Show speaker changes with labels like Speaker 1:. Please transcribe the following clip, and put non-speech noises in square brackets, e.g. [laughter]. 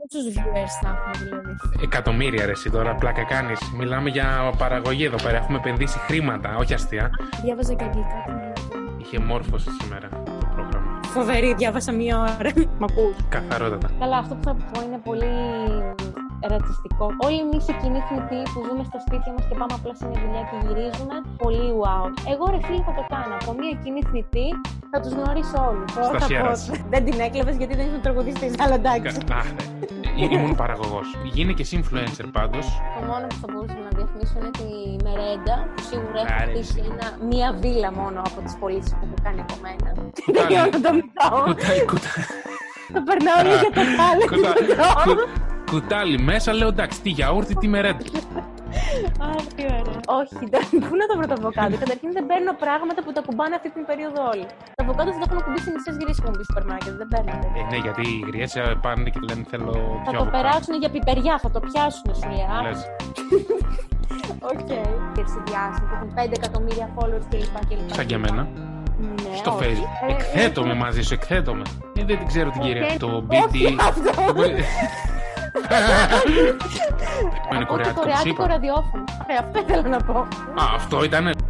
Speaker 1: Πόσους viewers θα έχουμε δηλαδή.
Speaker 2: Εκατομμύρια ρε εσύ τώρα, πλάκα κάνεις. Μιλάμε για παραγωγή εδώ πέρα, έχουμε επενδύσει χρήματα, όχι αστεία.
Speaker 1: Διάβαζα και αγγλικά. την άλλη φορά.
Speaker 2: Είχε μόρφωση σήμερα το πρόγραμμα.
Speaker 1: Φοβερή, διάβασα μία ώρα. Μ' ακούς.
Speaker 2: Καθαρότατα.
Speaker 3: Καλά, αυτό που θα πω είναι πολύ ρατσιστικό. Όλοι εμείς οι κοινοί θνητοί που ζούμε στα σπίτια μας και πάμε απλά σε μια δουλειά και γυρίζουμε, πολύ wow. Εγώ ρε φίλε θα το κάνω. Από μια κοινή θνητή θα τους γνωρίσω όλους.
Speaker 2: Στα Sierras.
Speaker 1: Δεν την έκλεβες γιατί δεν ήσουν τραγουδιστής, αλλά εντάξει.
Speaker 2: Κα- Α, ε, ήμουν παραγωγός. Γίνε και εσύ influencer πάντως.
Speaker 3: Το μόνο που θα μπορούσαμε να διαφημίσω είναι τη μερέντα που σίγουρα έχει
Speaker 2: Άρε,
Speaker 3: χτίσει
Speaker 2: εσύ.
Speaker 3: ένα- μία βίλα μόνο από τις πωλήσεις που έχω κάνει από μένα. [laughs]
Speaker 1: Τελειώνω το μισό.
Speaker 2: Κουτάλι, κουτάλι,
Speaker 1: Το περνάω όλο για το
Speaker 2: κουτάλι,
Speaker 1: άλλο.
Speaker 2: κου- κουτάλι μέσα, λέω εντάξει, τι γιαούρτι, τι μερέντα.
Speaker 1: Αχ, τι ωραία.
Speaker 3: Όχι, δεν- πού να το βρω το αβοκάντο. Καταρχήν δεν παίρνω πράγματα που τα κουμπάνε αυτή την περίοδο όλοι. Τα αβοκάντο θα τα έχουν κουμπίσει μισέ γυρίσει που μου πει σούπερ μάρκετ. Δεν παίρνω.
Speaker 2: Ε, ναι, γιατί οι γριές ε, πάνε και λένε θέλω
Speaker 3: Θα
Speaker 2: δυο
Speaker 3: το
Speaker 2: αβοκάντο.
Speaker 3: περάσουν για πιπεριά, θα το πιάσουν σου λέει. «Α,
Speaker 2: Λες,
Speaker 3: Οκ. Και σε διάσημοι που έχουν 5 εκατομμύρια followers κλπ. κλπ.
Speaker 2: σαν και εμένα,
Speaker 3: Ναι,
Speaker 2: στο
Speaker 3: όχι.
Speaker 2: facebook.
Speaker 3: Ε,
Speaker 2: Εκθέτομαι
Speaker 3: ε,
Speaker 2: μαζί σου, εκθέτομαι. Ε, δεν την ξέρω την κυρία.
Speaker 3: δεν-
Speaker 2: Το
Speaker 3: όχι
Speaker 2: BT...
Speaker 3: αυτό. [laughs]
Speaker 2: Είναι
Speaker 3: Από το
Speaker 2: κορεάτικο, τους
Speaker 3: κορεάτικο
Speaker 2: είπα.
Speaker 3: ραδιόφωνο. Ε, αυτό ήθελα να πω.
Speaker 2: Α, αυτό ήτανε.